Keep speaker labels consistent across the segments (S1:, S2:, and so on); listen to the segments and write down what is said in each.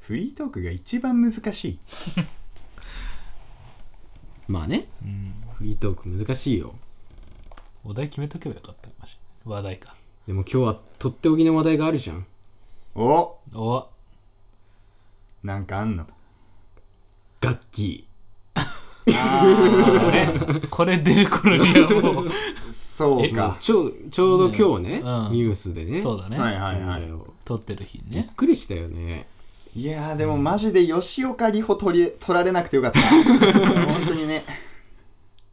S1: フリートークが一番難しい。
S2: まあね
S3: うん
S2: フリートーク難しいよ
S3: お題決めとけばよかったマジ話題か
S2: でも今日はとっておきの話題があるじゃん
S1: お
S3: お
S1: なんかあんの
S2: 楽器
S3: そうねこれ出る頃にはもう
S1: そうか。
S2: ちょうちょうど今日ね
S3: ねうん
S2: ニュースでね
S3: そうだね、
S1: はいはい
S2: な
S1: は
S2: んだ
S1: い。
S2: よ
S3: 撮ってる日に
S2: びっ
S3: ね
S2: くりしたよね
S1: いやーでもマジで吉岡里帆取り取られなくてよか った。本当にね。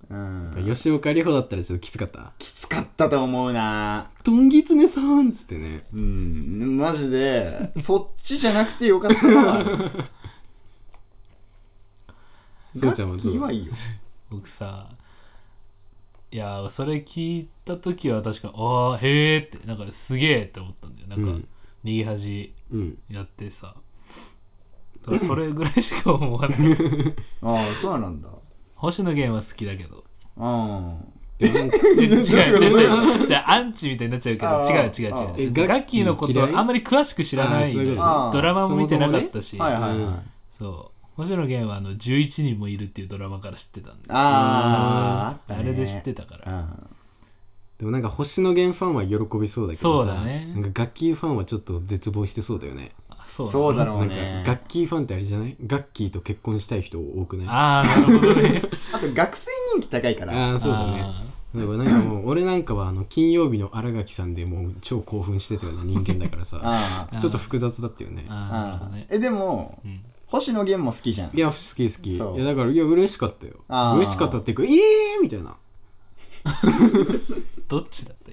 S1: うん。
S2: 吉岡里帆だったらちょっときつかった
S1: きつかったと思うな
S2: 「どんぎつねさん」っつってね
S1: うん。マジで、そっちじゃなくてよかったわ。
S2: そうちゃんは
S1: 楽
S2: ど
S1: 器は
S2: う
S1: いいよ。
S3: 僕さいやーそれ聞いた時は確かああへえってなんかすげえって思ったんだよなんか、
S2: うん
S3: 右端
S2: うん
S3: やってさだからそれぐらいしか思わない
S1: ああ、そうなんだ。
S3: 星野源は好きだけど
S1: うん。
S2: でもなんか
S3: 違う違う違うじゃあアンチみたいになっちゃうけど
S1: あー
S3: 違う違
S1: あ
S3: う
S1: ー
S3: 違
S2: え
S3: うガッキーのこと
S2: 嫌い
S3: あんまり詳しく知らな
S2: あー
S3: い
S2: そういうこと
S1: ね
S3: ドラマも見てなかったし
S1: はいはいはい。
S2: うん
S3: そう星野源はあの11人もいるっていうドラマから知ってたんで
S1: ああ、
S3: あれで知って
S1: た
S3: たか
S1: ね。
S3: ら
S2: でもなんか星野源ファンは喜びそうだけどさ
S3: そうだね
S2: なんか楽器ファンはちょっと絶望してそうだよね
S3: あ
S1: う
S3: そ
S1: ん。
S3: う
S1: そうだ
S3: ろ
S1: ろうね
S2: なん。か楽器ファンってあれじゃないガッキーと結婚したい人多くないあ
S3: ああなるほど ね
S1: あと学生人気高いから。
S2: あーそうだねだからなんかもう俺なんかはあの金曜日の新垣さんでもう超興奮して たような人間だからさ
S1: あ
S3: あー
S2: ちょっと複雑だったよね
S3: あーなるほ
S1: あ
S3: どね
S1: えでも、
S3: うん
S1: 星野源も好きじゃん
S2: いや好き好きい
S1: そう
S2: やだからいや嬉しかったよ
S1: あー
S2: 嬉しかったっていうか「ええー!」みたいな
S3: どっちだった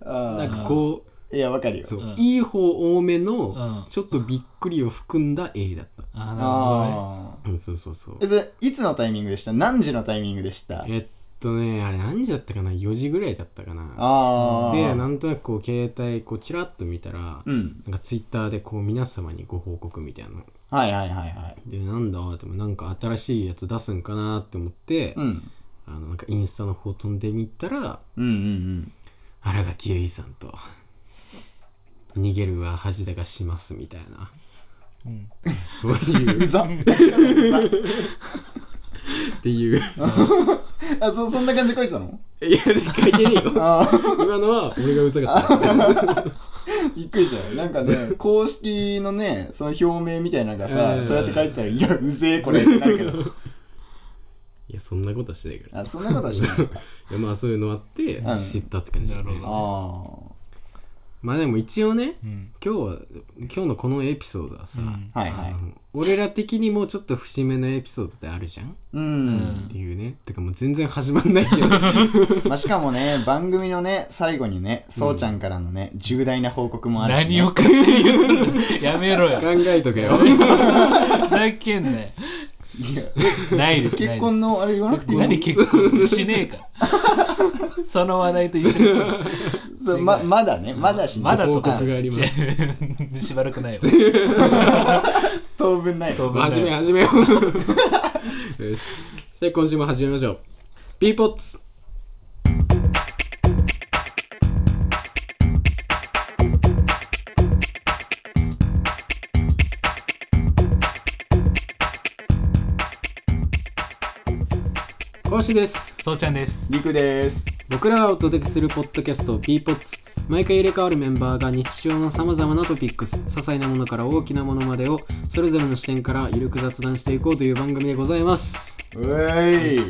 S3: 今
S2: なん
S1: あ
S2: かこう
S1: ーいやわかるよ
S2: そう、
S3: うん
S2: いい方多め
S3: うん
S2: のちょっとびっくりを含んだ A だった、
S3: ああなるほどね
S1: あ
S2: うん、そうそうそう
S1: ーえそれいつのタイミングでした何時のタイミングでしたあ
S2: えっとねあれ何時だったかな4時ぐらいだったかな
S1: あー
S2: でなんとなくこう携帯こうチラッと見たら、
S1: うん
S2: なんかツイッターでこう皆様にご報告みたいな
S1: はいはいはいはい
S2: でなんだでもなんか新しいやつ出すんかなって思って、
S1: うん
S2: あのなんかインスタの方飛んでみたら
S1: うんうん
S2: 新垣結衣さんと「逃げるは恥だがします」みたいな、
S3: うん
S2: そうい
S1: うんう
S2: う
S1: ざうざ
S2: っていう
S1: あそそんな感じで来いてたの
S2: いや書いてねえよ
S1: ああ
S2: 今のは俺がうざかった
S1: びっくりしたよなんかね公式のねその表明みたいなのがさ、
S2: うん
S1: そうやって書いてたらいやうぜえこれってなるけど
S2: いやそんなことはしてないから
S1: あそんなことはしないのか
S2: いやまあそういうのあって
S1: うん
S2: 知ったって感じだ
S3: なる
S2: ね
S3: ほど
S1: あ
S2: まあでも一応ね
S3: うん
S2: 今日は今日のこのエピソードはさ、
S3: うん
S1: あはいは
S2: あ
S1: い
S2: の俺ら的にもちょっと節目のエピソードってあるじゃん、
S1: うん
S2: っていうねてかもう全然始まんないけ ど
S1: まあ、しかもね、番組のね、最後にね、そうちゃんからのね、重大な報告もあるし、ね。
S3: 何を勝手に言ったんだやめろ よ
S2: 考えとけよ
S3: ふざけんなよ
S1: いや
S3: ないですないです
S1: 結婚のあれ言わなくていい
S3: 何結婚しね えからその話題と一緒にさ
S1: そうままだね、まだし、ね、
S3: まだと
S2: ご
S3: か
S2: 報告があります
S3: 違うしばらく ないわ
S1: 当分ない
S3: 当
S1: よ。
S3: 分ない
S2: 始めよう始めようよしじゃあ今週も始めましょう B ポッツ講師です
S3: そうちゃんです
S1: りくです。
S2: 僕らがお届けするポッドキャスト p p o t s 毎回入れ替わるメンバーが日常のさまざまなトピックス些細なものから大きなものまでをそれぞれの視点からゆるく雑談していこうという番組でございます
S1: うえい。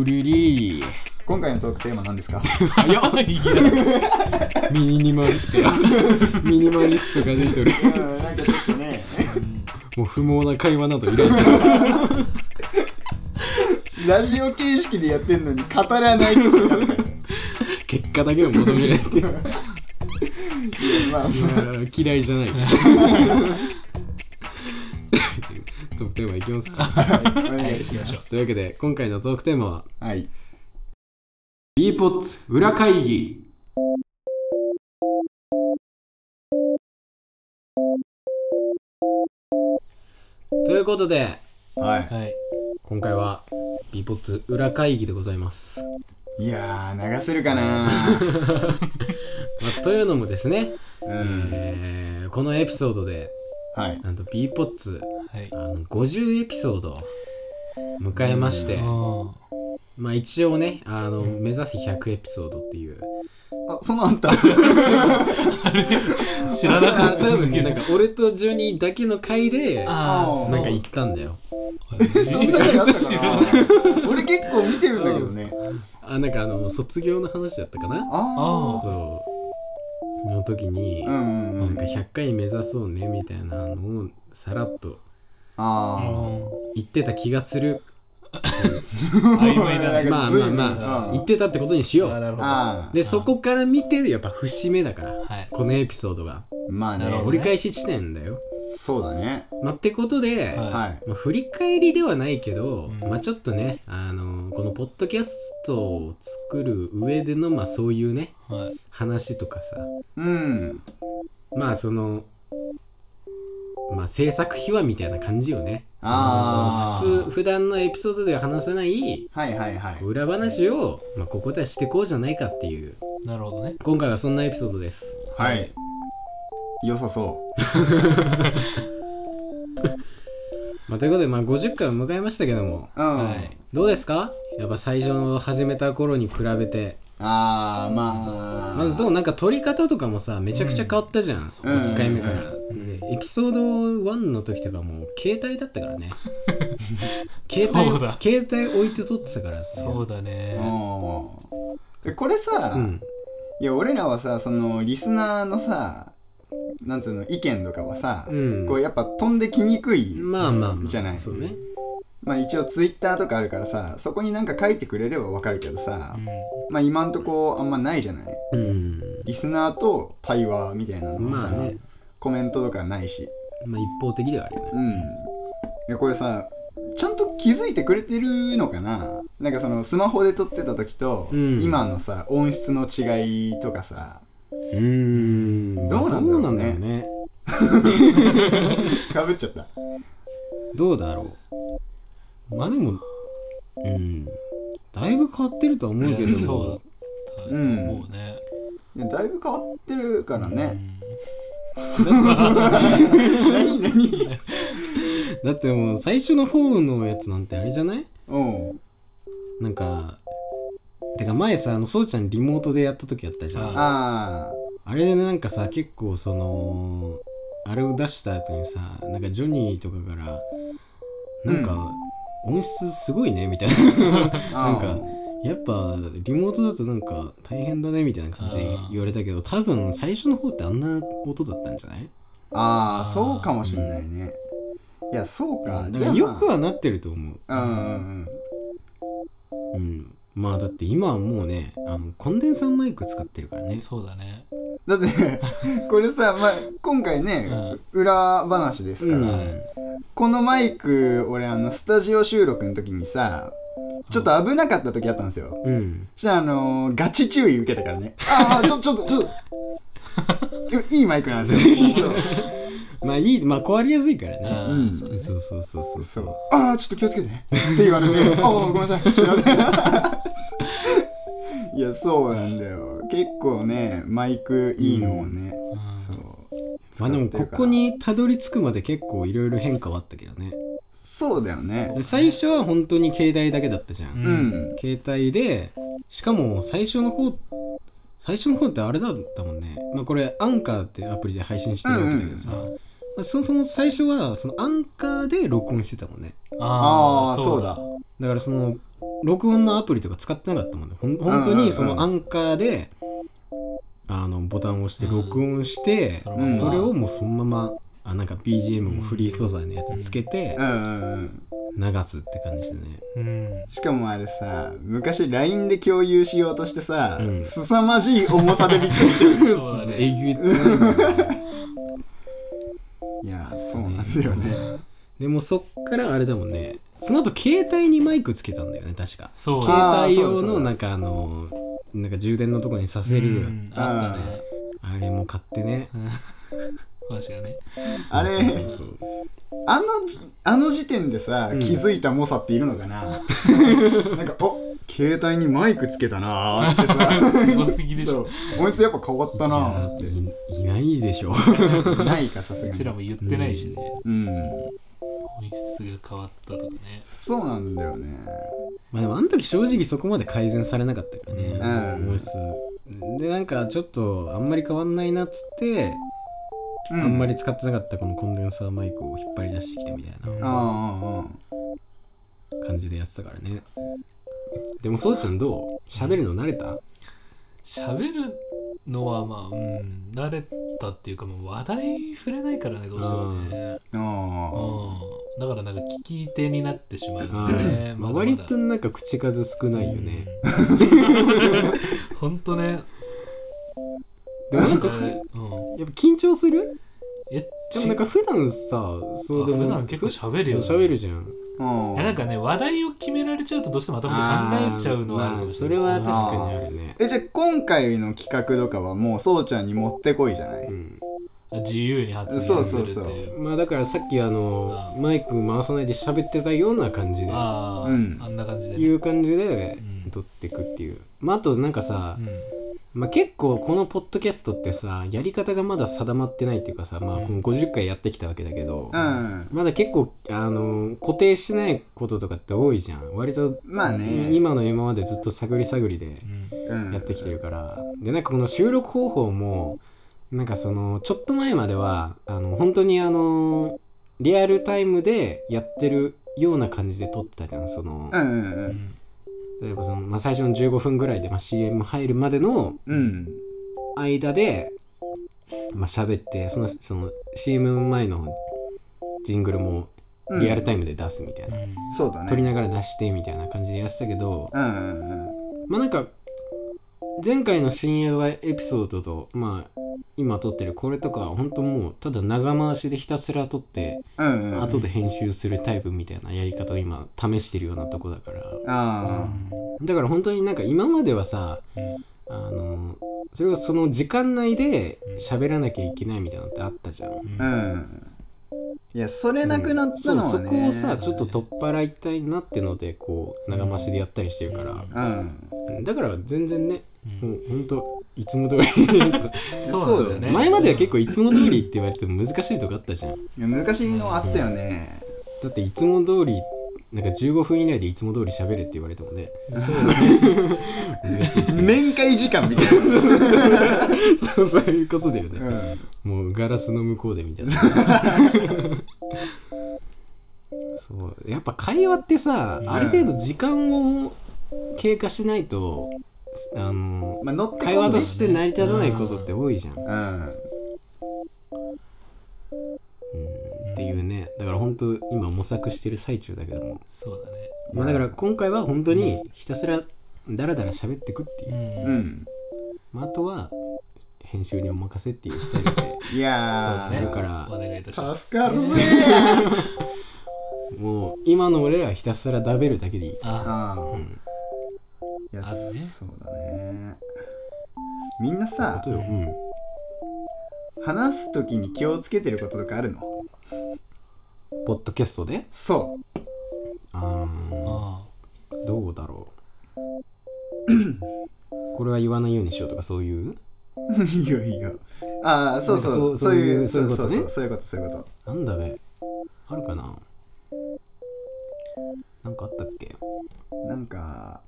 S2: うりり
S1: 今回のトークテーマ何 ですか
S2: 早っミニマリストが ミニマリストが出てる
S1: うん、なんかちょっとね、
S2: もう不毛な会話などいらんと
S1: ラジオ形式でやってんのに語ら ないことになるから。い
S2: 結果だけを求められていや
S1: やまあ、
S2: ー嫌いじゃ ないトークテーマいきますか
S1: お
S3: は
S1: 願
S3: い
S1: い
S3: 行
S1: し
S3: き
S1: ま。
S3: ますしょう
S2: というわけで今回のトークテーマは
S1: はい。
S2: B ポッツ裏会議ということで
S1: は
S3: はい
S2: 今回は B ポッツ裏会議でございます、ま
S1: い。いやー、流せるか な
S2: あというのもですね、
S1: うん。
S2: えーこのエピソードで
S1: はい。
S2: なんと B ポッツ
S3: はい
S2: あ。の50エピソードを迎えまして、
S3: うん
S2: まあ一応ねあの目指せ100エピソードっていう
S1: あ、そんなんあ った。
S3: 知らなか
S2: あ
S3: った
S2: 多分
S3: け
S2: ね
S3: ど
S2: なんか俺とジョニーだけの回でな
S3: あ
S1: あ
S3: あ
S1: ー
S2: んか行ったんだよ
S1: そんな回あったかな。俺結構見てるんだけどね。
S2: あなんかあの卒業の話だったかな
S1: あ
S2: そうの時に、
S1: あ。うんうんう
S2: なん
S1: ん
S2: か。100回目指そうねみたいなのをさらっと
S1: あ
S2: 言ってた気がする
S3: 曖昧だ
S1: な
S3: ね
S1: ん
S2: ま
S1: か
S2: あ
S1: 随
S2: まあ
S1: 分う
S2: まあ
S1: ん
S2: 言ってたってことにしよ
S3: あ
S2: う
S3: なるほど
S1: あ。あ
S2: でそこから見てやっぱ節目だから
S3: はい
S2: このエピソードが
S1: あ。まあね
S3: なる。ほど
S2: 折り返し地点だよ、
S1: そうだね。
S2: まあ、ってことで、
S3: は
S1: は
S3: い
S1: い。
S2: まあ、振り返りではないけど、
S3: うん
S2: まあちょっとねあのこのポッドキャストを作る上でのまあそういうね
S3: はい
S2: 話とかさ
S1: うん。
S2: まあそのまあ制作秘話みたいな感じよね
S1: ああ。
S2: 普通。普段のエピソードでは話さない
S1: はいはいはい。
S2: 裏話を、まあ、ここではしてこうじゃないかっていう
S3: なるほどね
S2: 今回はそんなエピソードです
S1: はい。良さそ
S2: まあ、ということで、まあ、50回を迎えましたけども
S1: う。うん。
S3: はい
S2: どうですかやっぱ最初の始めた頃に比べて
S1: ああ、まあ。
S2: まずどうなんか撮り方とかもさめちゃくちゃ変わったじゃん、一
S1: うん
S2: 1回目から、
S1: う
S2: でエピソード1の時とかもう携帯だったか らね携帯
S3: そうだ
S2: 携帯置いて撮ってたからさ
S3: そうだね
S1: うん。これさ、
S2: うん
S1: いや俺らはさそのリスナーのさなんつうの意見とかはさ、
S2: うん
S1: こうやっぱ飛んできにくい、
S2: まあまあまあ
S1: じゃない
S2: そうね
S1: まあ一応ツイッターとかあるからさそこになんか書いてくれればわかるけどさ、
S3: う
S1: まあ今んとこあんまないじゃない
S2: うん
S1: リスナーと対話みたいなのもさ、
S2: まあね
S1: コメントとかないし
S2: まあ一方的ではあるよね
S1: うんいやこれさちゃんと気づいてくれてるのかななんかそのスマホで撮ってた時と、
S2: うん
S1: 今のさ音質の違いとかさ
S2: うーん
S1: どうなんだろうね
S2: どうなんだろうね
S1: かぶっちゃった
S2: どうだろうまあでもうんだいぶ変わってるとは思うけ
S3: いや
S2: ど
S3: そん
S1: うん
S3: もうね
S1: いやだいぶ変わってるからね、何何
S2: だってもう最初の方のやつなんてあれじゃない
S1: うん。
S2: なんかてか前さあのそうちゃんリモートでやった時やったじゃん
S3: あ
S2: あ
S1: あ
S2: れでなんかさ結構そのあれを出した後にさなんかジョニーとかからなんか、音質すごいねみたいな
S1: あ。ああ
S2: なんかやっぱリモートだとなんか大変だねみたいな感じで言われたけど多分最初の方ってあんな音だったんじゃない
S1: ああ、そうかもしんないね。いや、そうか。じ
S2: だか
S1: ゃ
S2: ら
S1: あ、
S2: よくはなってると思う
S1: うんうん
S2: うん、まあだって今はもうねあのコンデンサーマイク使ってるからね
S3: そうだね
S1: うん。だって、これさ、まあ、今回ね、裏話です
S2: う
S1: から、
S2: ん
S1: このマイク、俺、あの、スタジオ収録の時にさ、ちょっと危なかった時あったんですよ。
S2: うん
S1: そしたら、あのーガチ注意受けたからね。ああ、ちょ、ちょっと、ちょっと。でもいいマイクなんですよ。
S2: まあいいまあ壊れやすいから
S3: う
S2: ね、
S1: うん
S3: んそう
S2: そうそうそうそう
S1: そう。ああ、ちょっと気をつけてね。って言わ れて、ああ、ごめんなさいってなって。いや、そうなんだよ。結構ね、マイクいいのをね、
S3: うん
S1: そう。
S2: まあでもここにたどり着くまで結構いろいろ変化はあったけどね
S1: そうだよね。
S2: で最初は本当に携帯だけだったじゃん、
S1: う。
S3: うん
S2: 携帯でしかも最初の方最初の方ってあれだったもんねまあこれアンカーってアプリで配信してるわけだけどさ、
S3: う
S2: ま
S3: ん
S2: あそもそも最初はそのアンカーで録音してたもんね
S1: ああ、
S3: ー
S1: そうだ。
S2: だからその録音のアプリとか使ってなかったもんねほん本当にそのアンカーであのボタンを押して録音して、
S3: うん
S2: それをもうそのままあなんか BGM もフリー素材のやつつけて
S1: うんうんうん。
S2: 流すって感じでね
S3: うん
S1: しかもあれさ、昔 LINE で共有しようとしてさ、
S2: うん
S1: 凄まじい重さでびっくりしてる。
S3: そうだね
S2: えぐいつなんだよ
S1: いや、そうなんだよね。
S2: でもそっからあれだもんねその後携帯にマイクつけたんだよね確か
S3: そうだ
S1: あー
S2: 携帯用
S1: そうだそう
S2: の
S1: だ
S2: なんかあのなんか充電のとこにさせる、
S3: うんあったね
S2: あれも買ってね
S3: 詳しいよね
S1: あ
S2: そう
S1: れ、
S2: そう
S1: あの、あの時点でさ、
S2: うん
S1: 気づいた猛者っているのかななんか、お携帯にマイクつけたなー ってさ
S3: すごすぎでし
S1: そ
S3: ょ
S1: う音質やっぱ変わったなーっ
S2: いいないでしょ
S1: てないかさす
S3: う
S1: が
S3: ち
S1: に
S3: らも言ってないしね、
S1: うん
S3: 音質が変わったとかね
S1: そうなんだよね
S2: まあでもあの時正直そこまで改善されなかったからね
S1: うん
S2: 音質でなんかちょっとあんまり変わんないなっつって
S1: うん
S2: あんまり使ってなかったこのコンデンサーマイクを引っ張り出してきてみたい
S1: あ
S2: な
S1: ああ
S2: 感じでやってたからねでもそうちゃんどう喋るの慣れた
S3: 喋るのはまあ、うん、慣れたっていうかもう話題触れないからねどうしてもね、
S1: あああ
S3: うん、だからなんか聞き手になってしまう
S2: あ
S3: よね
S2: ーまあ割と
S3: な
S2: なんか口数少ないよね。
S3: ほんと ね
S2: でもなんか
S3: う
S2: ふやっ
S3: ん
S2: ぱ緊張する
S3: え
S2: でもなんか普段さそうでも
S3: 普段結構喋るよね
S2: 喋るじゃん
S1: あ
S3: いやなんかね話題を決められちゃうとどうしても頭で考えちゃうのはある
S2: あー
S3: か
S2: ま
S3: も
S2: あそ
S3: しれな
S2: れ
S3: い
S2: は確かにあるね
S1: えじゃあ今回の企画とかはもうそうちゃんにもってこいじゃない、
S2: うん
S3: 自由に発言する
S1: そ
S3: っ
S1: う
S3: て
S1: そ
S3: いう
S1: うそう
S2: まあだからさっきあの
S3: あ
S2: マイク回さないで喋ってたような感じで
S3: ああ、
S1: うん
S3: あんな感じでね、
S2: いう感じで
S3: うん
S2: 撮ってくっていうまああとなんかさ
S3: う、ん
S2: まあ、結構このポッドキャストってさやり方がまだ定まってないっていうかさまあこの50回やってきたわけだけど、
S1: うん
S2: まだ結構あの固定してないこととかって多いじゃん割と
S1: まあね
S2: 今の今までずっと探り探りで
S3: うん
S1: うん
S2: やってきてるから、でなんかこの収録方法もなんかそのちょっと前まではあの本当にあのリアルタイムでやってるような感じで撮ってたじゃんその、
S1: うんうんう
S3: うんん
S2: 例えばその、まあ、最初の15分ぐらいで、まあ、CM 入るまでの
S1: うん
S2: 間で、まあ喋ってそのその CM 前のジングルも
S1: うん
S2: リアルタイムで出すみたいな、
S3: うん
S1: そうだね
S2: 撮りながら出してみたいな感じでやってたけど、
S1: うんうんうん
S2: まあなんか前回の深夜はエピソードとまあ今撮ってるこれとかは本当もうただ長回しでひたすら撮って
S1: うんうん
S2: 後で編集するタイプみたいなやり方を今試してるようなとこだから
S1: あ
S2: だから本当になんか今まではさ
S3: うん
S2: あのそれをその時間内で喋らなきゃいけないみたいなのってあったじゃん。
S1: あうんいやそれなくなったのはね、
S2: そうそこをさ
S3: ね
S2: ちょっと取っ払いたいなってのでこう長回しでやったりしてるから、
S1: うん
S2: だから全然ね
S3: うん
S2: もうほんといつも通りです
S3: そうなんだよね
S2: 前までは結構いつも通りって言われても難しいとこあったじゃん
S1: いや難しいのあったよね、
S2: だっていつも通りなんか15分以内でいつも通り喋れって言われてもね
S3: そうだね
S2: 難しいし
S1: 面会時間みたいな、
S2: そうそういうことだよね、
S1: う ん、
S2: もうガラスの向こうでみたい なそうやっぱ会話ってさ、
S3: うん
S2: ある程度時間を経過しないとあの
S1: まあ乗って
S2: 会話
S1: こ
S2: と
S1: んで
S2: して成り立たないことって多いじゃん、
S1: うん
S2: うんっていうねだから本当今模索してる最中だけども
S3: そうだね
S2: まあ、だから今回は本当にひたすらダラダラ喋ってくってい
S1: う
S2: う、
S3: うん
S1: ん
S2: まあ、あとは編集にお任せっていうスタイルで
S1: いやー
S2: そうだから
S3: お願いいたします
S1: 助かるぜ
S2: もう今の俺らはひたすら食べるだけでいい
S3: あ
S1: ああ、
S2: うん
S1: いや、
S3: あるね
S1: そうだねみんなさ
S2: ことよ、うん、
S1: 話す時に気をつけてることとかあるの
S2: ポッドキャストで
S1: そ
S2: あー
S3: あ
S2: どうだろ うこれは言わないようにしようとかそういう
S1: う いやいやああそう
S2: なんか
S1: そ
S2: そうう
S1: そういう
S2: そういうことね
S1: そうそうそういうことそういうこと
S2: なんだべあるかななんかあったっけ
S1: なんか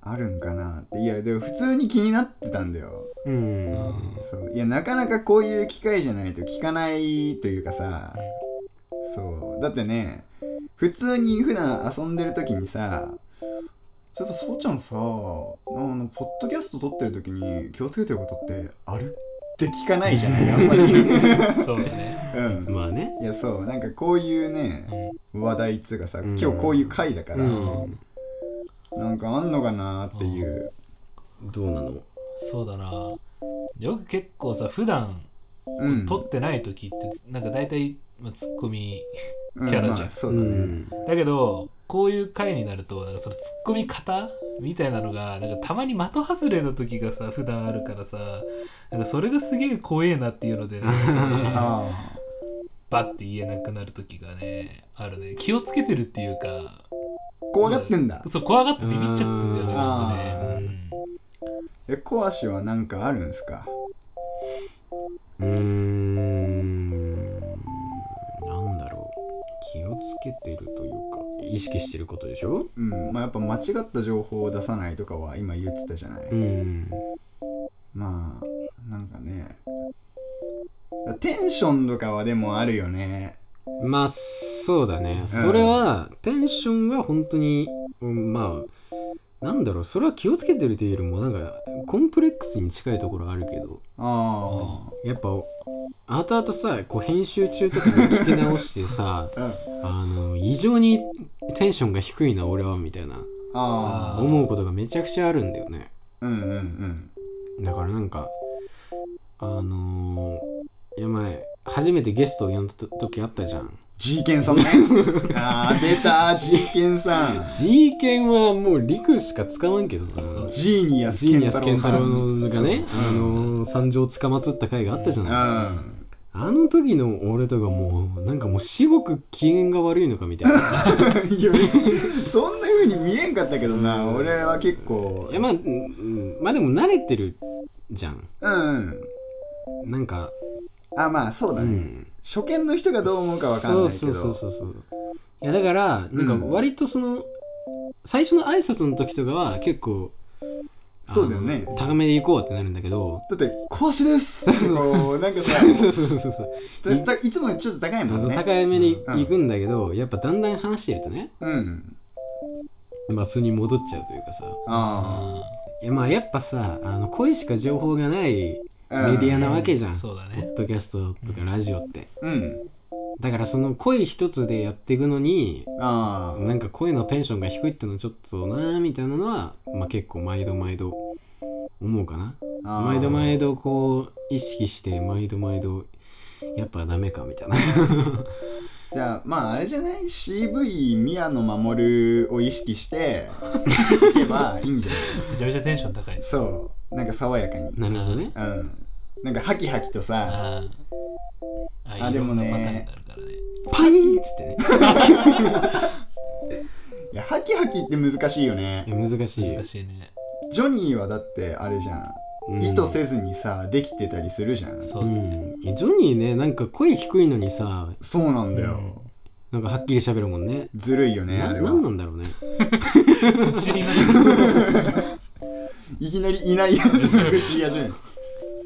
S1: あるんかなっていやでも普通に気になってたんだよ
S2: うん
S1: そういやなかなかこういう機会じゃないと聞かないというかさそうだってね普通に普段遊んでる時にさそういえばそうちゃんさあのポッドキャスト撮ってる時に気をつけてることってあるって聞かないじゃないあんまりう
S3: あそうだね
S1: ん
S2: まあね
S1: いやそうなんかこういうね話題っつうかさ
S2: うん
S1: 今日こういう回だか
S2: う
S1: ら、
S2: ん
S1: なんかあんのかなっていう
S2: どうなの
S3: そうだなよく結構さ普段
S1: うん
S3: 撮ってない時ってなんか大体まあツッコミキャラじゃん
S1: うまあそうだね、
S2: ん
S3: だけどこういう回になるとなんかそのツッコミ方みたいなのがなんかたまに的外れの時がさ普段あるからさなんかそれがすげえ怖えなっていうのでなんかね
S1: あ
S3: バッて言えなくなる時がねあるね気をつけてるっていうか
S1: 怖がってんだ
S3: そう怖がってビビっちゃってんだよね
S2: うん
S3: ちょっとね
S1: えコアシはなんかあるんですか
S2: うーんなんだろう気をつけてるというか意識してることでしょ
S1: うんまあやっぱ間違った情報を出さないとかは今言ってたじゃない、
S2: うん
S1: まあなんかねテンションとかはでもあるよね
S2: まあそうだねそれは、テンションが本当にうんまあなんだろうそれは気をつけてるというよりもなんかコンプレックスに近いところあるけど
S1: あ
S2: やっぱ後々さこう編集中とかに聞き直し てさ
S1: あ、うん、
S2: あの異常にテンションが低いな俺はみたいな
S1: ああ
S2: 思うことがめちゃくちゃあるんだよね
S1: うんうんうん
S2: だからなんかあのー、いや前初めてゲストを呼んだと時あったじゃん
S1: G ケン さんねああ出た G ケンさん
S2: G 犬はもう陸しか使わんけどな
S3: そう
S1: ジーニアス
S2: ジー
S1: ケ
S2: ニ
S1: ン
S2: ア
S1: タ
S2: ス
S1: ロ
S2: ケ
S1: ウ
S2: ンタ
S1: さ
S2: ロ
S1: ん
S2: ウがね、あのー、惨状つかまつった回があったじゃ
S1: う
S2: ない、
S1: ん
S2: あの時の俺とかもうなんかもう至極機嫌が悪いのかみたいな
S1: いや別にそんな風に見えんかったけどな、俺は結構
S2: いやまあ、うんうんまあでも慣れてるじゃん
S1: うんうん
S2: なんか、
S1: あまあそうだ
S2: う
S1: ね、
S2: ん、
S1: 初見の人が どう思うかわかんないけ
S2: そう
S1: ど
S2: そうそうそうそういやだからなんか
S1: うん
S2: 割とその、最初の挨拶の時とかは結構
S1: そうだよね
S2: あの高めで行こうってなるんだけど
S1: だって「講師です!」こうなんかさ
S2: そうそうそうそうそう
S1: だだいつもよりちょっと高い
S2: あ
S1: もん
S2: の
S1: ね
S2: 高めに
S1: うん
S2: 行くんだけど、やっぱだんだん話してるとね
S1: うん
S2: まあ素に戻っちゃうというかさ
S1: あ
S3: あ
S2: いやまあやっぱさあの声しか情報がない
S1: あ
S2: メディアな
S1: の
S2: わけじゃん、
S3: ー
S2: ポ
S3: そうだね
S2: ッドキャストとかラジオって
S1: うん
S2: だからその声一つでやっていくのに
S1: ああ
S2: なんか声のテンションが低いってのはちょっとなーみたいなのは、まあ、結構毎度毎度思うかな
S1: あー
S2: 毎度毎度こう意識して毎度毎度やっぱダメかみたいな
S1: じゃあまああれじゃない CV 宮野真守を意識 していけばいいんじゃない
S3: めちゃめちゃテンション高いです
S1: そうなんか爽やかに
S2: なるほどね
S1: うんなんかハキハキとさ
S3: あー
S1: あでもね
S3: いろんなパターンがあるからね
S2: パイーンっつってね
S1: いやハキハキって難しいよね
S2: いや難しいよ
S3: 難、しいね
S1: ジョニーはだってあれじゃ
S2: うん
S1: ん意図せずにさできてたりするじゃん
S3: そう
S2: う
S3: だね、
S2: んいやジョニーねなんか声低いのにさ
S1: そうなんだよ
S2: なんかはっきり喋るもんね
S1: ずるいよねあ
S2: な
S1: れ
S2: なんな
S1: は
S2: んだろうね
S3: 口になる
S1: いきなりいないやつの口言い 始める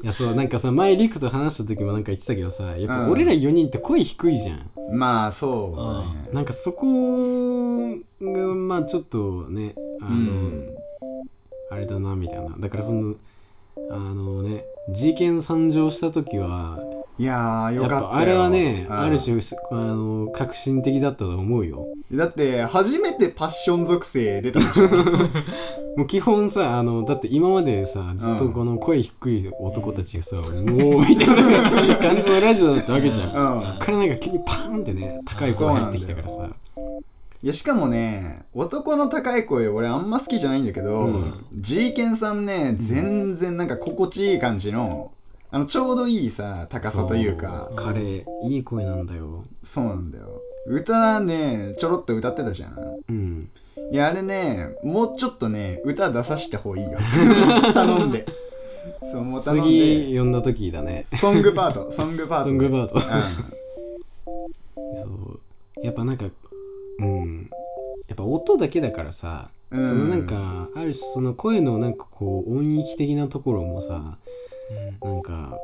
S2: いやそうなんかさ前リクと話した時もなんか言ってたけどさやっぱ
S1: うん
S2: 俺ら4人って声低いじゃん、
S1: まあそうだね
S2: なんかそこがまあちょっとねあ
S1: う
S2: の、
S1: ん
S2: あれだなみたいなだからそのあのね事件参上した時はい
S1: やー
S2: や
S1: よ
S2: っ
S1: かった
S2: ぱ
S1: よ
S2: あれはね
S1: うん
S2: ある種あの革新的だったと思うよ
S1: だって初めてパッション属性出たでしょ
S2: もう基本さあのだって今までさずっとこの声低い男たちがさ「うおー」みたいな感じのラジオだったわけじゃん、
S1: うん
S2: そっからなんか急にパーンってね高い声入ってきたからさ
S1: いやしかもね男の高い声俺あんま好きじゃないんだけど、
S2: うん
S1: ジーケンさんね全然なんか心地いい感じのあのちょうどいいさ高さというか
S2: そう彼いい声なんだよ
S1: そうなんだよ歌ねちょろっと歌ってたじゃん
S2: うん
S1: いやあれねもうちょっとね歌出させた方がいい よ頼んでそうもう頼んで
S2: 次呼んだ時だね
S1: ソングパートソングパート
S2: ソングバード
S1: うん
S2: そうやっぱなんかうんやっぱ音だけだからさ、
S1: うん
S2: そのなんかある種その声のなんかこう音域的なところもさなんか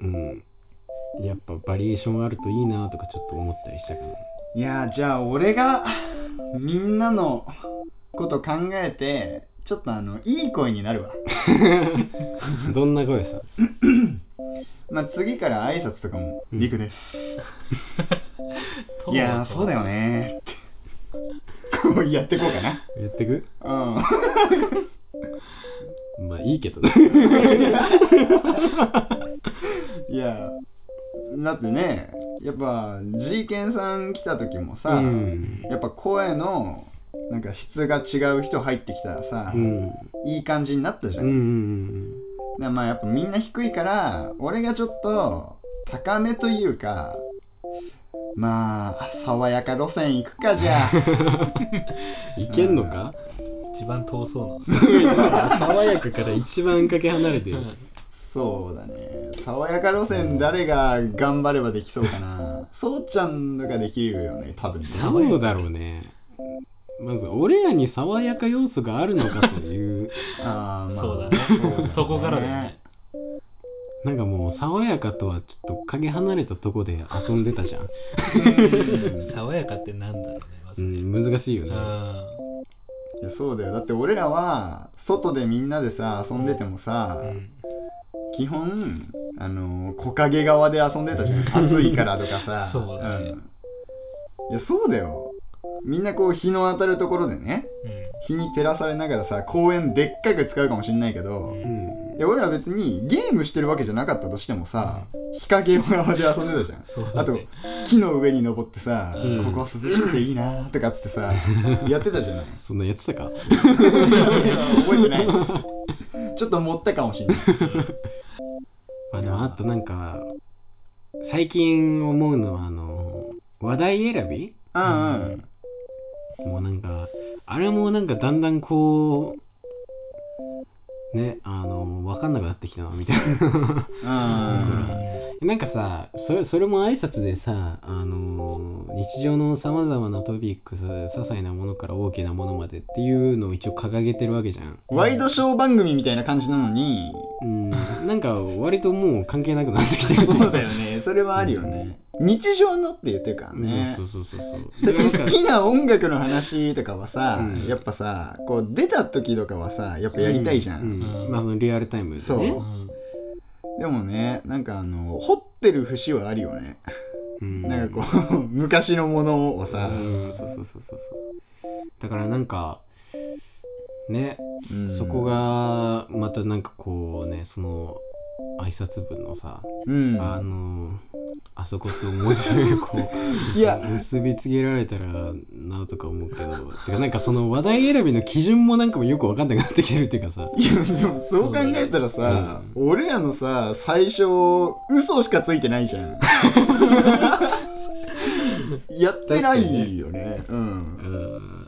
S2: うんやっぱバリエーションあるといいなとかちょっと思ったりしたかない
S1: やーじゃあ俺がみんなのこと考えてちょっとあのいい声になるわ
S2: どんな声さ
S1: まあ次から挨拶とかも「
S2: うん
S1: りくです」
S3: うん
S1: いやーそうだよね」ってこうやってこうかな
S2: やってく
S1: うん
S2: まあいいけどね
S1: いやーだってねやっぱ G ケンさん来た時もさ、
S2: うん
S1: やっぱ声のなんか質が違う人入ってきたらさ、
S2: うん
S1: いい感じになったじゃ
S2: うんうんうん
S1: だからまあやっぱみんな低いから俺がちょっと高めというかまあ爽やか路線行くかじゃ あ
S2: いけんのか
S3: 一番遠そうな
S2: 爽やかから一番かけ離れてる
S1: そうだね爽やか路線誰が頑張ればできそうかなそうちゃんとかできるよね多分ね
S3: さ
S2: どうだろうねまず俺らに爽やか要素があるのかという
S1: あーまあ
S3: そうだね
S1: だ
S3: そこからだよね
S2: なんかもう爽やかとはちょっとかけ離れたとこで遊んでたじゃん、
S1: うん
S3: 爽やかってなんだろうねま
S2: う
S3: ずね
S2: ん、難しいよ
S3: う
S2: ね
S3: ん
S1: いやそうだよだって俺らは外でみんなでさ遊んでてもさ、
S3: うん
S1: 基本あの木陰側で遊んでたじゃん暑いからとかさ
S3: そうだね
S1: んいやそうだよみんなこう日の当たるところでね日に照らされながらさ公園でっかく使うかもしれないけど、
S3: うん
S2: うん
S1: いや俺ら別にゲームしてるわけじゃなかったとしてもさ、日陰側で遊んでたじゃん
S3: そう
S1: あ
S3: だ
S1: と
S3: ね
S1: 木の上に登ってさ、
S3: うん
S1: ここは涼しくていいなとかっつって さやってたじゃない
S2: そんなやってたか
S1: 覚えてないちょっと持ったかもしれない
S2: まあでもあとなんか最近思うのはあの話題選び
S1: うんうん
S2: もうなんかあれもなんかだんだんこうねあの分かんなくなってきたなみたい
S1: うん
S2: ななんかさそれそれも挨拶でさあの日常のさまざまなトピックス些細なものから大きなものまでっていうのを一応掲げてるわけじゃん
S1: ワイドショー番組みたいな感じなのに
S2: うんなんか割ともう関係なくなってきてる
S1: そうだよ ねそれはあるよね日常のって言ってるから ね
S2: そうそうそうそう
S1: 最近好
S2: だからなんか
S1: きな音楽の話とかはさ、
S2: うん
S1: やっぱさこう出た時とかはさやっぱやりたいじゃん、
S2: うんまあそのリアルタイムでね
S1: そう
S3: うん
S1: でもねなんかあの掘ってる節はあるよね、
S2: うん
S1: なんかこう 昔のものをさ、
S2: うんそうそうそうそうそうだからなんかね
S1: うん
S2: そこがまたなんかこうねその挨拶文のさ、
S1: うん
S2: あのあそこと面白いこ
S1: いや
S2: う結びつけられたらなとか思うけどてかなんかその話題選びの基準もなんかもよく分かんなくなってきてるっていうか さ
S1: いやでもそう考えたらさ、俺らのさ最初嘘しかついてないじゃんやってないよねうん
S2: うん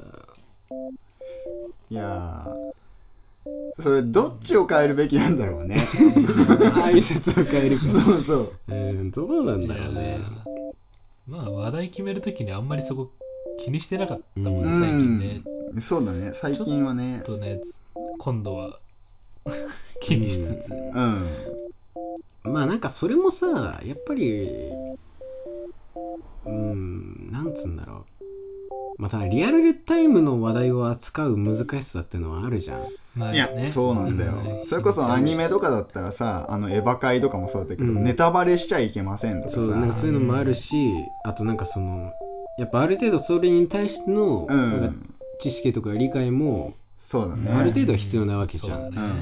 S1: いやーそれどっちを変えるべきなんだろうね
S2: 挨拶を変え るか
S1: そうそう
S2: うんどうなんだろう
S3: いや
S2: ね
S3: ーまあ話題決めるときにあんまりそこ気にしてなかったもん
S2: う
S3: ね最近ね
S1: うん、そうだね最近はね
S3: あとねつ今度は 気にしつつ
S2: うん
S1: うん
S2: まあなんかそれもさやっぱりうんなんつうんだろうまあただリアルタイムの話題を扱う難しさってのはあるじゃん
S3: まあ
S1: いや、
S3: ね
S1: そうなんだよ、
S3: うん
S1: それこそアニメとかだったらさあのエヴァ界とかもそうだけど、
S2: うん
S1: ネタバレしちゃいけませんとかさ
S2: そうなんかそういうのもあるしあとなんかそのやっぱある程度それに対して
S1: う
S2: のなんか
S1: ん
S2: 知識とか理解も
S1: そうだね
S2: ある程度は必要なわけじゃん
S3: そうだね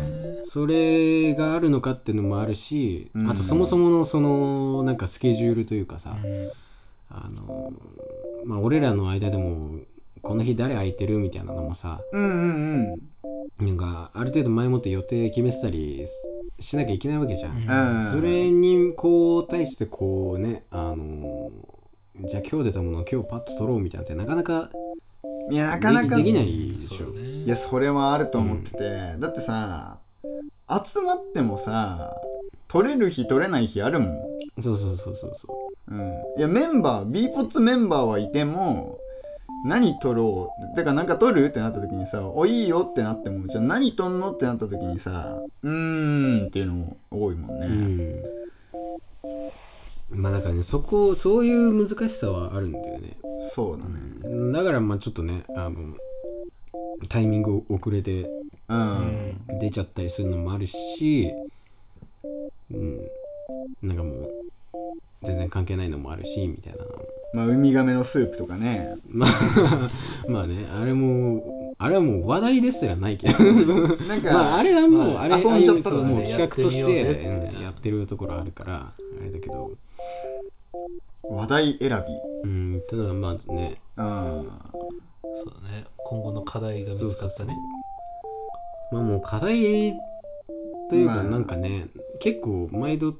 S2: それがあるのかっていうのもあるし
S1: うん
S2: あとそもそものそのなんかスケジュールというかさ
S3: うん
S2: あのまあ俺らの間でもこの日誰空いてるみたいなのもさ
S1: うんうんうん
S2: なんかある程度前もって予定決めてたりすしなきゃいけないわけじゃん、
S1: うん
S2: それにこう対してこうねあのーじゃあ今日出たものを今日パッと取ろうみたいなってなかなか
S1: いやな
S2: で
S1: かなか
S2: できないでしょ
S3: そうだね
S1: いやそれはあると思ってて、だってさ集まってもさ取れる日取れない日あるもん、
S2: そうそうそうそうそ
S1: うん、いやメンバー b ポッツメンバーはいても何取ろうてかなんか取るってなった時にさ「おいいよ」ってなってもじゃあ何取んのってなった時にさ「うーん」っていうのも多いもん
S2: う、
S1: ね、
S2: うんまあだからねそこそういう難しさはあるんだよね
S1: そうだね
S2: だからまあちょっとねあのタイミング遅れて
S1: うん、
S3: うん
S2: 出ちゃったりするのもあるし、うん、なんかもう全然関係ないのもあるしみたいな
S1: まあウミガメのスープとか ね
S2: まあまあねあれもあれはもう話題ですらないけど
S1: なんか、
S2: まああれはもう
S1: まあ
S2: あれ
S1: 遊んじゃった
S2: ああい
S1: らね
S2: うそうもう企画とし
S3: やってみようぜって
S2: てうんやってるところあるからあれだけど
S1: 話題選び
S2: うんただまあね
S1: うん
S3: そうだね今後の課題が見つかったね
S2: まあもう課題という
S1: ま
S2: か
S1: あ
S2: なんかね、結構毎度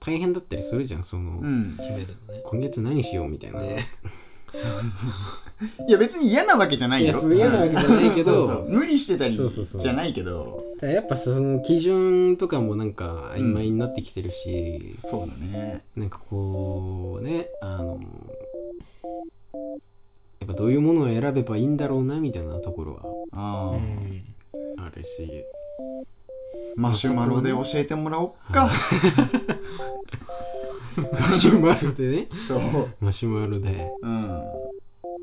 S2: 大変だったりするじゃんその、
S1: うん
S3: 決めるのね。
S2: 今月何しようみたいな、
S3: ね
S1: いや別に嫌なわけじゃないよ
S2: いやそう嫌なわけじゃないけど
S1: そうそう無理してたり
S2: そうそうそう
S1: じゃないけど
S2: だからやっぱさその基準とかもなんか曖昧になってきてるし、
S1: そうだね
S2: なんかこうねあのやっぱどういうものを選べばいいんだろうなみたいなところ
S1: あ
S3: う
S1: あ、
S3: ん。
S2: はあ るし
S1: マシュマロで教えてもらおっか、
S2: マシュマロでね
S1: そう
S2: マシュマロで
S1: うん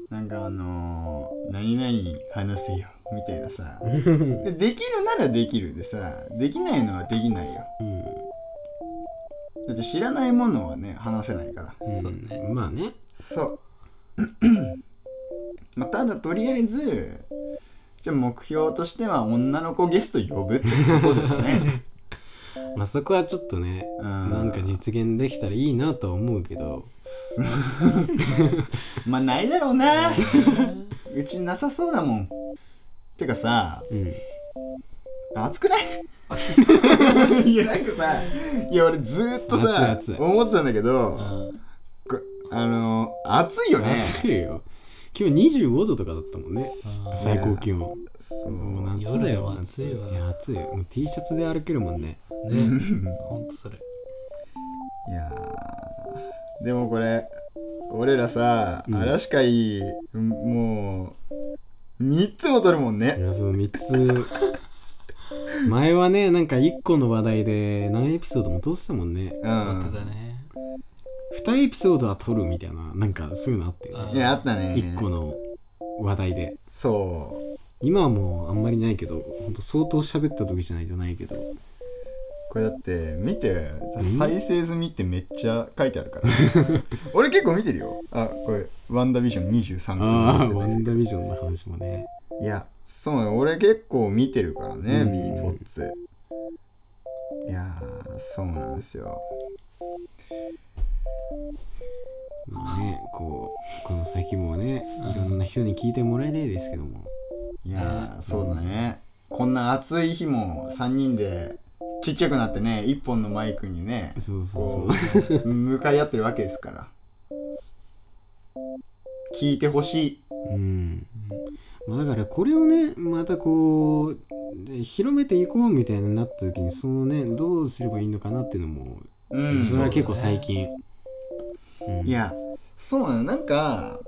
S1: なんかあのー何々話せよみたいなさ
S2: うん
S1: でできるならできるでさできないのはできないよだって知らないものはね話せないから
S3: そう
S2: うん
S3: ね
S2: まあね
S1: そう まあただとりあえずじゃあ目標としては女の子ゲスト呼ぶってことだよね、
S2: まあそこはちょっとね
S1: うん、
S2: なんか実現できたらいいなとは思うけど
S1: す まあないだろうなうちなさそうだもんてかさ
S2: うん
S1: 暑くない いやなんかさいや俺ずーっとさ
S2: 暑い暑い
S1: 思ってたんだけ
S3: う
S1: ど
S3: ん。
S1: こあのー暑いよね
S2: 暑いよ今日25度とかだったもんね
S3: うん
S2: 最高気温
S1: そう
S2: もう夏だよ
S3: 夜は暑いわ
S2: 夏や暑いよもう T シャツで歩けるもんね
S1: うん
S3: ね。ほんとそ れ。
S1: いやーでもこれ俺らさ、
S2: うん
S1: 嵐会もう3つも取るもん
S2: い
S1: ね、
S2: やそう3つ 前はねなんか1個の話題で何エピソードも撮ってたもんね
S1: う
S3: やって
S1: ん
S3: たね。
S2: 2エピソードは撮るみたいななんかそういうのあって、
S3: あ
S1: いやあったね
S2: 1個の話題で
S1: そう
S2: 今はもうあんまりないけどほんと相当喋った時じゃないとないけど
S1: これだって見て
S2: ん
S1: 再生済みってめっちゃ書いてある から俺結構見てるよあこれ「ワンダービジョン23
S2: ああ
S1: 巻
S2: ワ
S1: 見て
S2: ン
S1: て
S2: ダービジョンの話もね
S1: いやそうよ俺結構見てるからね、
S2: うん
S1: ビーポッツいやーそうなんですよ
S2: まあねこうこの先もねいろんな人に聞いてもらいたいですけども
S1: いやーそうだね、こんな暑い日も3人でちっちゃくなってね1本のマイクにね
S2: そうそう
S1: こ
S2: そう
S1: う向かい合ってるわけですから聞いてほしい
S2: うんまあ、だからこれをねまたこうで広めていこうみたいになった時にそのねどうすればいいのかなっていうのも、
S1: うん
S2: それは結構最近うん
S1: いやそうなのなんか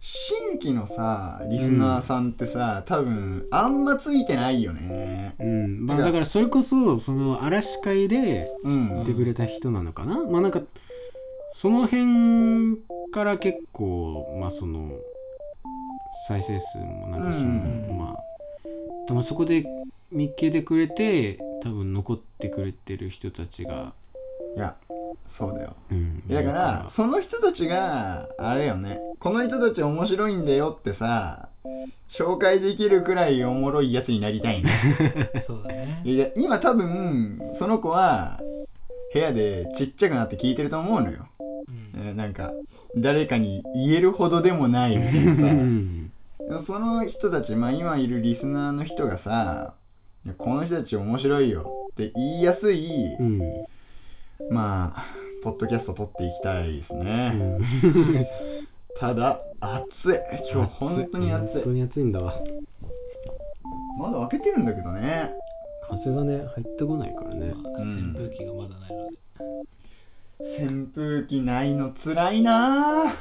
S1: 新規のさリスナーさんってさ、多分あんまついてないよね
S2: うんまあ、
S1: てか
S2: だからそれこそその嵐会で
S1: うん
S2: 言ってくれた人なのかな、まあなんかその辺から結構まあその再生数もなんかその、
S1: うん
S2: まあ多分そこで見っけてくれて多分残ってくれてる人たちが、
S1: いやそうだよ
S2: うん、
S1: だか
S2: いる
S1: らその人たちがあれよねこの人たち面白いんだよってさ紹介できるくらいおもろいやつになりたい ね
S3: そうだね。
S1: いや今多分その子は部屋でちっちゃくなって聞いてると思うのよ、
S3: うん
S1: えーなんか誰かに言えるほどでもないみたいな
S2: う
S1: さ
S2: ん
S1: その人たち、まあ、今いるリスナーの人がさいやこの人たち面白いよって言いやすい、
S2: うん
S1: まあポッドキャスト撮っていきたいですね、ただ暑い今日本当に暑い
S2: 本当に暑いんだわ
S1: まだ開けてるんだけどね
S2: 風がね入ってこないからね
S3: まあ
S1: うん
S3: 扇風機がまだないので。
S1: 扇風機ないのつらいなあ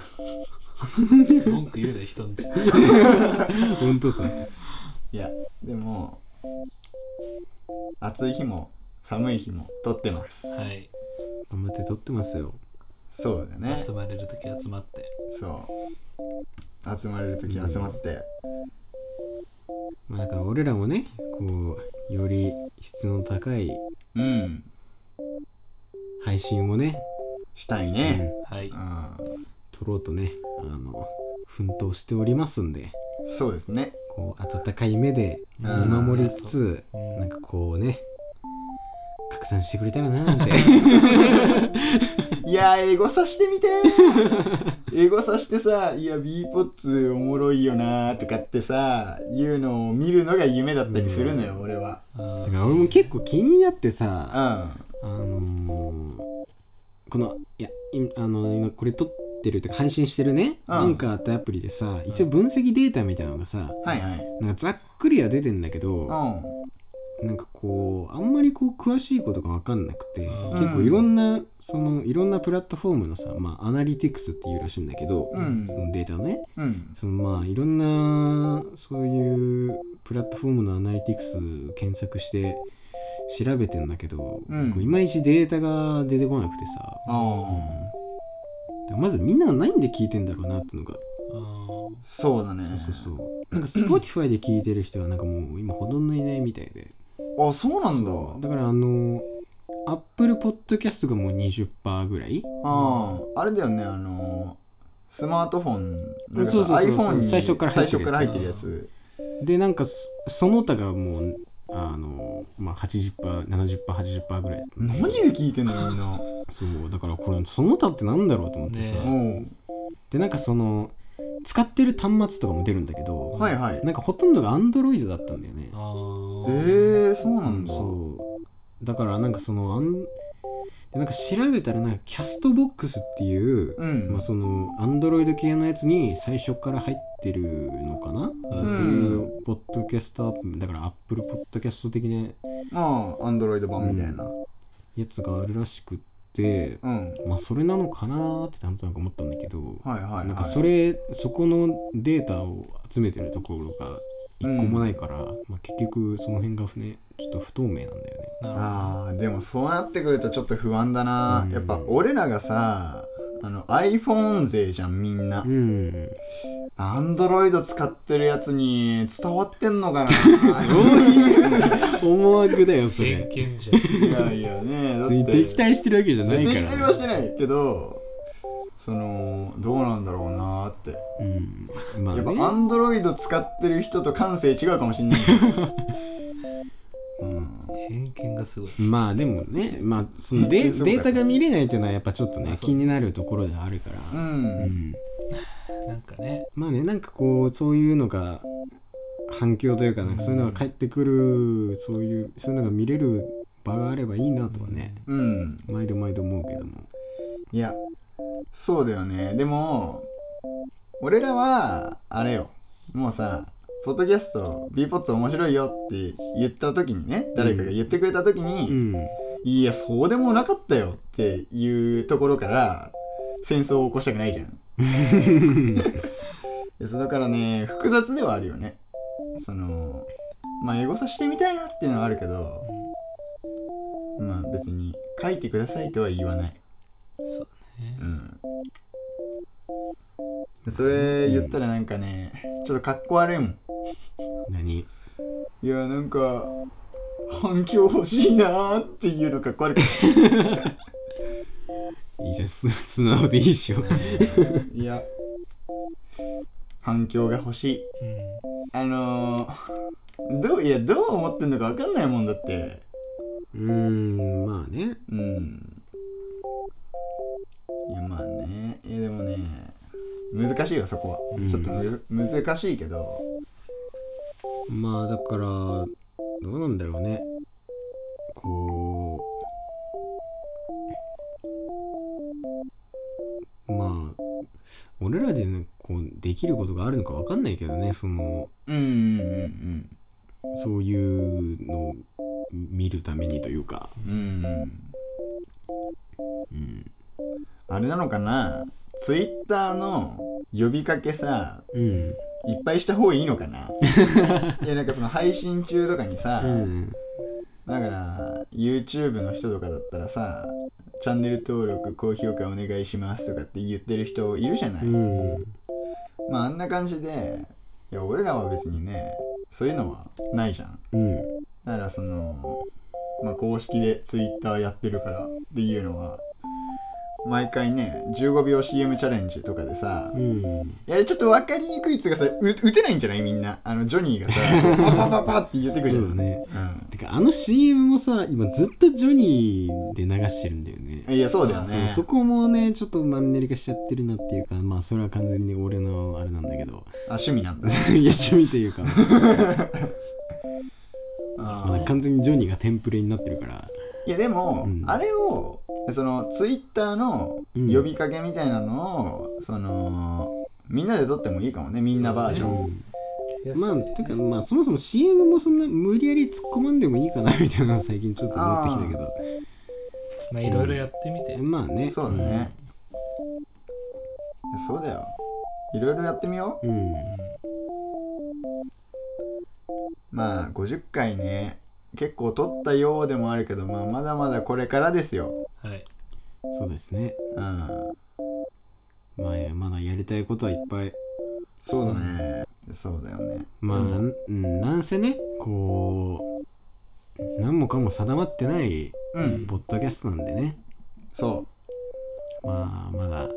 S3: 文句言うで人んち。
S2: 本当さ
S1: いやでも暑い日も寒い日も撮ってます、
S3: はい。
S2: 頑張って撮ってますよ
S1: そうだね
S3: 集まれるとき集まって。
S1: そう集まれる時集まって、
S2: まあだから俺らもねこうより質の高い
S1: うん、
S2: 配信をね、
S1: したいうね、
S2: ん
S3: はい。
S1: うん、
S2: 撮ろうとねあの奮闘しておりますんで
S1: そうですね
S2: こう温かい目で見
S1: うん
S2: 守りつつ
S3: うん
S2: なんかこうね拡散してくれたらな なんて
S1: いやー英語さして みてー英語さしてさ「いや B ポッツおもろいよな」とかってさ言うのを見るのが夢だったりするのよ、俺は
S3: うん
S2: だから俺も結構気になって
S1: う
S2: さ
S1: ん
S2: あのーこのいや今あの今これ撮ってるとか配信してるね、
S1: うん
S2: アンカーってアプリでさ一応分析データみたいなのがさ
S1: はいはい
S2: なんかざっくりは出てんだけど、
S1: う
S2: なんかこうあんまりこう詳しいことが分かんなくて、
S3: うん
S2: 結構いろんなそのいろんなプラットフォームのさ、まあ、アナリティクスっていうらしいんだけど、
S1: うん
S2: そのデータをね
S1: んうん
S2: そのまあいろんなそういうプラットフォームのアナリティクス検索して調べてんだけど、
S1: うん
S2: こういまいちデータが出てこなくてさ、
S1: ああ
S2: だからまずみんなが何で聞いてんだろうなっていうのが
S3: うん
S1: そうだね
S2: そうそうそうなんか Spotify で聞いてる人はなんかもう今ほとんどいないみたいで
S1: あそうなんだ
S2: そうだからあの Apple Podcast がもう20%ぐらい
S1: あああれだよねあのスマートフォンなんかさ
S2: そうそうそうそう
S1: iPhone に
S2: 最初から入って
S1: 最
S2: るやつ
S1: 初から入ってるやつ
S2: でなんかそその他がもうあのまあ 80%70%80% ぐらい
S1: 何で聞いてんのよみんな
S2: そうだからこれその他ってなんだろうと思ってさ、
S3: ね
S1: お
S2: でなんかその使ってる端末とかも出るんだけど
S1: うはいはい
S2: なんかほとんどが Android だったんだよね
S3: あー
S1: えー、そう
S2: う
S1: なん
S2: ん
S1: だ
S2: そうだからなんかそのあんでなんか調べたらなんかキャストボックスっていう、
S1: うん
S2: まあ、そのアンドロイド系のやつに最初から入ってるのかな、
S3: うん
S2: っていうポッドキャストアップだからアップルポッドキャスト的な
S1: ああアンドロイド版みたいな
S2: やつがあるらしくって、
S1: うん、
S2: まあそれなのかなーってなんとなく思ったんだけど、
S1: はいはい、はい、
S2: なんかそれそこのデータを集めてるところが一個もないから、まあ、結局その辺がねちょっと不透明なんだよね。
S3: な
S1: あーでもそうなってくるとちょっと不安だな、
S2: うん
S1: やっぱ俺らがさあの iPhone 勢じゃんみんな
S2: うん
S1: アンドロイド使ってるやつに伝わってんのかな
S2: どういう 思惑だよ
S3: るほ
S2: そ
S3: ど偏
S2: れ。
S3: 見じゃん
S1: いやいやねだっ
S2: 別
S1: て
S2: に敵対してるわけじゃないか
S1: 敵対は
S2: ら。
S1: してないけどそのどうなんだろうなーって、
S2: うん、まあ
S1: やっぱ
S2: ね。
S1: アンドロイド使ってる人と感性違うかもしんない、 うん、
S3: 偏見がすごい
S2: まあでもね、まあそのデ
S1: そうか
S2: データが見れないっていうのはやっぱちょっとね
S3: あそう
S2: 気になるところではあるから、
S1: う
S2: うんん
S3: なんかね
S2: まあねなんかこうそういうのが反響というかなんかそういうのが返ってくるそういうそういうのが見れる場があればいいなとはね、
S1: うん
S2: 毎度毎度思うけども。
S1: いやそうだよねでも俺らはあれよもうさポッドキャスト b ポッツ面白いよって言った時にね誰かが言ってくれた時に、
S2: うん、
S1: いやそうでもなかったよっていうところから戦争を起こしたくないじゃ んいやそうだからね複雑ではあるよねそのまあエゴサしてみたいなっていうのはあるけどまあ別に書いてくださいとは言わない
S3: そうね
S1: うん、それ言ったらなんかね、ちょっとかっこ悪いもん
S2: 何
S1: いやなんか反響欲しいなーっていうのかっこ悪くて
S2: いいじゃん素素直でいいでしょ。
S1: いや反響が欲しい
S3: うん
S1: あのー、どういやどう思ってんのか分かんないもんだって
S2: うーんまあね。
S1: うんいやまあねいやでもね難しいよそこは、
S2: うん
S1: ちょっとむず難しいけど
S2: まあだからどうなんだろうねこうまあ俺らで、ね、こうできることがあるのかわかんないけどねその
S1: うんうんうん
S2: そういうのを見るためにというか、
S1: うんうんうん
S2: うん
S1: あれなのかなツイッターの呼びかけさ
S2: うん
S1: いっぱいした方がいいのか ないやなんかその配信中とかにさ、
S2: うん、
S1: だから YouTube の人とかだったらさチャンネル登録高評価お願いしますとかって言ってる人いるじゃない、
S2: うん
S1: まああんな感じでいや俺らは別にねそういうのはないじゃん
S2: うん
S1: だからその、まあ、公式で Twitter やってるからっていうのは毎回ね15秒 CM チャレンジとかでさ、
S2: うん
S1: いやちょっと分かりにくいっつうかさう打てないんじゃないみんなあのジョニーがさパパパパって言ってくるじゃ
S2: そ
S1: ん
S2: うだね
S1: うん
S2: てかあの CM もさ今ずっとジョニーで流してるんだよね
S1: いやそうだよ
S2: そ
S1: ね
S2: うそこもねちょっとマンネリ化しちゃってるなっていうかまあそれは完全に俺のあれなんだけど
S1: あ趣味なん
S2: い
S1: だ
S2: や趣味というか、
S1: あ
S2: まあ、
S1: ー
S2: 完全にジョニーがテンプレになってるから
S1: いやでも、
S2: うん
S1: あれをそのツイッターの
S2: うん
S1: 呼びかけみたいなのを、そのみんなで撮ってもいいかもねみんなバージョン、
S2: まあ、てか、まあ、そもそも CM もそんな無理やり突っ込まんでもいいかなみたいなのは最近ちょっと思ってきたけど。
S3: まあいろいろやってみて、
S2: まあね。
S1: そうだね、そうだよいろいろやってみよ
S2: うん。
S1: うまあ50回ね結構撮ったようでもあるけど、まあ、まだまだこれからですよ
S3: はい
S2: そうですね。
S1: うん
S2: まあ、まだやりたいことはいっぱい。
S1: そうだね、そうだよね
S2: まあ、
S3: うん
S2: なんうん、なんせね、こう、何もかも定まってない、
S1: うん
S2: ポッドキャストなんでね。
S1: そ
S2: まあ、まだ、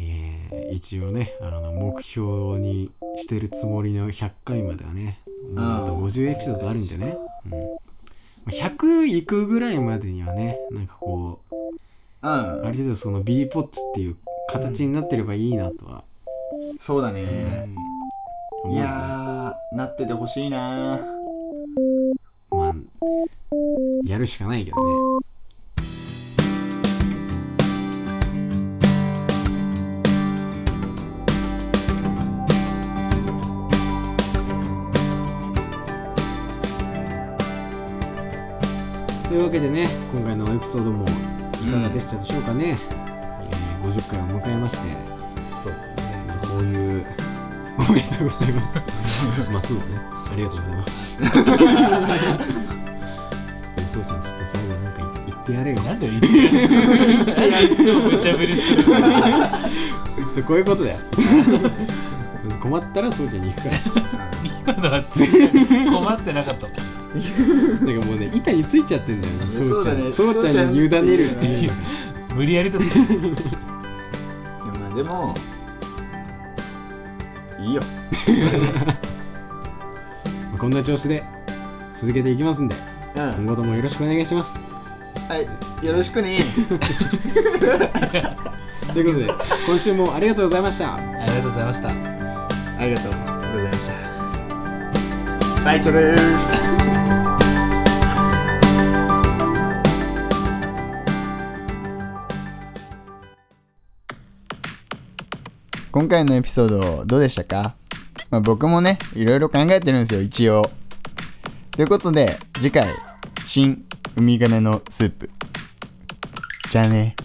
S2: えー一応ね、あの、目標にしてるつもりの100回まではね、もうあと50エピソードあるんでね。うんまあ100いくぐらいまでにはね、なんかこう、
S1: ううん
S2: ある程度その B ポッツっていう形になってればいいなとは
S1: そうだね、
S2: 思う、
S1: い
S2: ね。
S1: やーなっててほしいな
S2: まあ、やるしかないけどね。というわけでね、今回のエピソードもいかがでしたでしょうかね。えー50回を迎えまして、
S1: そうですね
S2: まあこういう、おめでとうございます。まあそうだね。ありがとうございます。でもそうちゃん、ちょっと最後なんか言ってやれよ。
S3: なんで言ってるのいつも無茶ぶりする
S2: そうこういうことだよ。困ったらそうちゃんに行くから。
S3: 今のは困ってなかった
S2: なんかもうね、板についちゃってんだよな、
S1: いや
S2: そうちゃんに。
S1: そ
S2: そ
S1: だ
S2: う
S1: ね
S2: うちゃんに委ねるっていうのが。
S3: 無理やりだった
S1: うんいやまあでもいいよ
S2: まあこんな調子で続けていきますんで、
S1: うん
S2: 今後ともよろしくお願いします。
S1: はいよろしくね
S2: ということで、今週もありがとうございました。
S3: ありがとうございました
S1: ありがとうございましたバイチョルー今回のエピソードどうでしたか、まあ、僕もねいろいろ考えてるんですよ一応ということで次回新ウミガメのスープじゃあね